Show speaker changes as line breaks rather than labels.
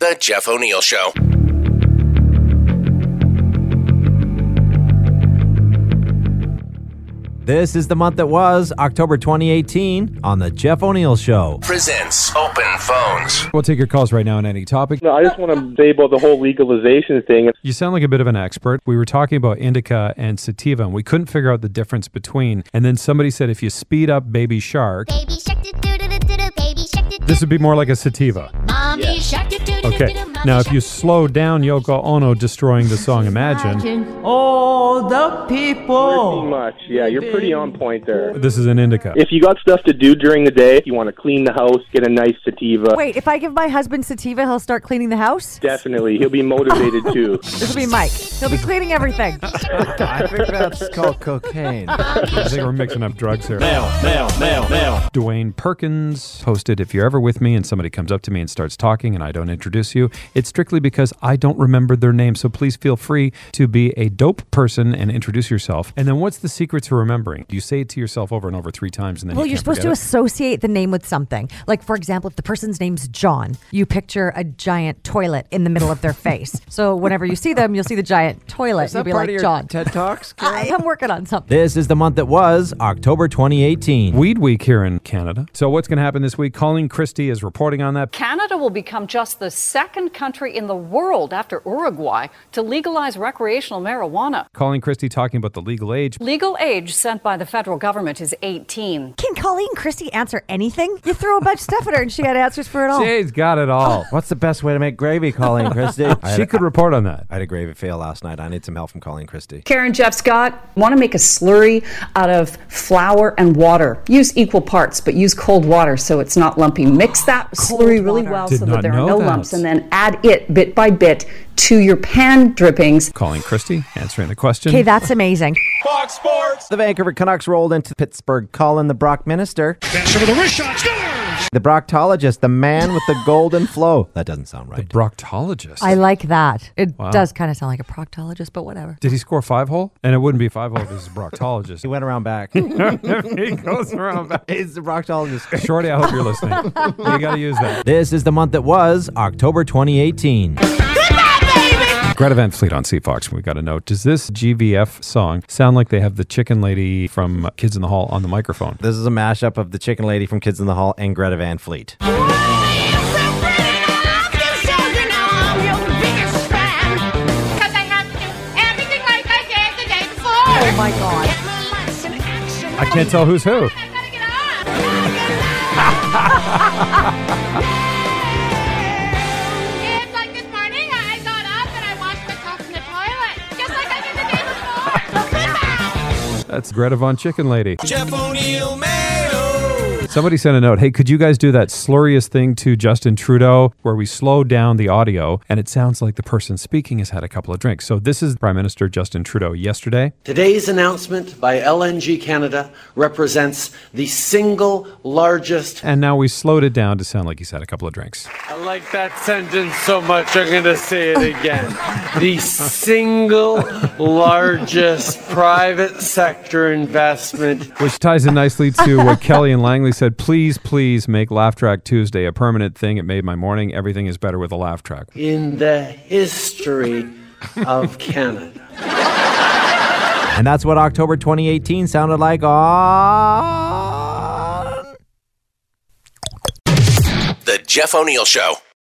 The Jeff O'Neill Show.
This is the month that was, October 2018, on The Jeff O'Neill Show.
Presents Open Phones.
We'll take your calls right now on any topic.
No, I just want to debate the whole legalization thing.
You sound like a bit of an expert. We were talking about indica and sativa, and we couldn't figure out the difference between. And then somebody said if you speed up Baby Shark,
Baby shark do do do do do do. Baby shark do do.
this would be more like a sativa.
Mommy shark do do do do
Okay.
do. Mommy
Now, if
shark
you
do do do.
slow down Yoko Ono destroying the song Imagine,
All the
Pretty
people.
much, yeah, you're pretty on point there.
this is an indica.
If you got stuff to do during the day, you want to clean the house, get a nice sativa.
Wait, if I give my husband sativa, he'll start cleaning the house?
Definitely, he'll be motivated too.
This will be Mike. He'll be cleaning everything.
I think that's called cocaine.
I think we're mixing up drugs here. Mail, mail, mail, mail. Dwayne Perkins posted If you're ever with me and somebody comes up to me and starts talking and I don't introduce you, it's strictly because I don't remember their name. So please feel free to be a dope person and introduce yourself. And then what's the secret to remembering? You say it to yourself over and over three times and then
Well,
you
you're
can't
supposed to
forget
associate the name with something. Like, for example, if the person's name's John, you picture a giant toilet in the middle of their face. So whenever you see them, you'll see the giant toilet. you'll be like, John,
TED Talks?
I am working on something.
This is the month that was, October 2018.
it. Weed Week here in Canada. So what's going to happen this week? Colleen Christie is reporting on that.
Canada will become just the second country in the world after Uruguay to legalize recreational marijuana.
Colleen Christie talking about the legal age.
Legal age sent by the federal government is 18.
Can Colleen Christie answer anything? You throw a bunch of stuff at her and she had answers for it all.
Jay's got it all.
What's the best way to make gravy, Colleen Christie?
she could report on that.
I had a gravy fail last night. I need some help from Colleen Christie.
Karen Jeff Scott, want to make a slurry out of flour and water. Use equal parts, but use cold water so it's not lumpy. Mix that slurry really
water.
well
Did
so
not
that there
know
are no
that.
lumps, and then add it bit by bit to your pan drippings.
Colleen Christie answering the question.
Okay, that's amazing.
The Vancouver Canucks rolled into Pittsburgh, calling the Brock Minister, the Broctologist, the man with the golden flow. That doesn't sound right.
Proctologist.
I like that. It does kind of sound like a proctologist, but whatever.
Did he score five hole? And it wouldn't be five hole because he's a proctologist.
He went around back.
he goes around back.
He's the Broctologist.
Shorty, I hope you're listening. you got to use that.
This is the month that was, October 2018.
Greta Van Fleet on C Fox. We got a note. Does this GVF song sound like they have the chicken lady from Kids in the Hall on the microphone?
This is a mashup of the Chicken Lady from Kids in the Hall and Greta Van Fleet.
Oh my God.
I can't tell who's who. That's Greta Von Chicken Lady.
Jeff O'Neill Mayo.
Somebody sent a note. Hey, could you guys do that slurriest thing to Justin Trudeau where we slow down the audio and it sounds like the person speaking has had a couple of drinks? So this is Prime Minister Justin Trudeau yesterday.
Today's announcement by LNG Canada represents the single largest.
And now we slowed it down to sound like he's had a couple of drinks.
I like that sentence so much, I'm going to say it again. the single largest private sector investment.
Which ties in nicely to what Kelly and Langley said. Please, please make Laugh Track Tuesday a permanent thing. It made my morning. Everything is better with a laugh track.
in the history of Canada.
And that's what October 2018 sounded like on.
The Jeff O'Neill Show.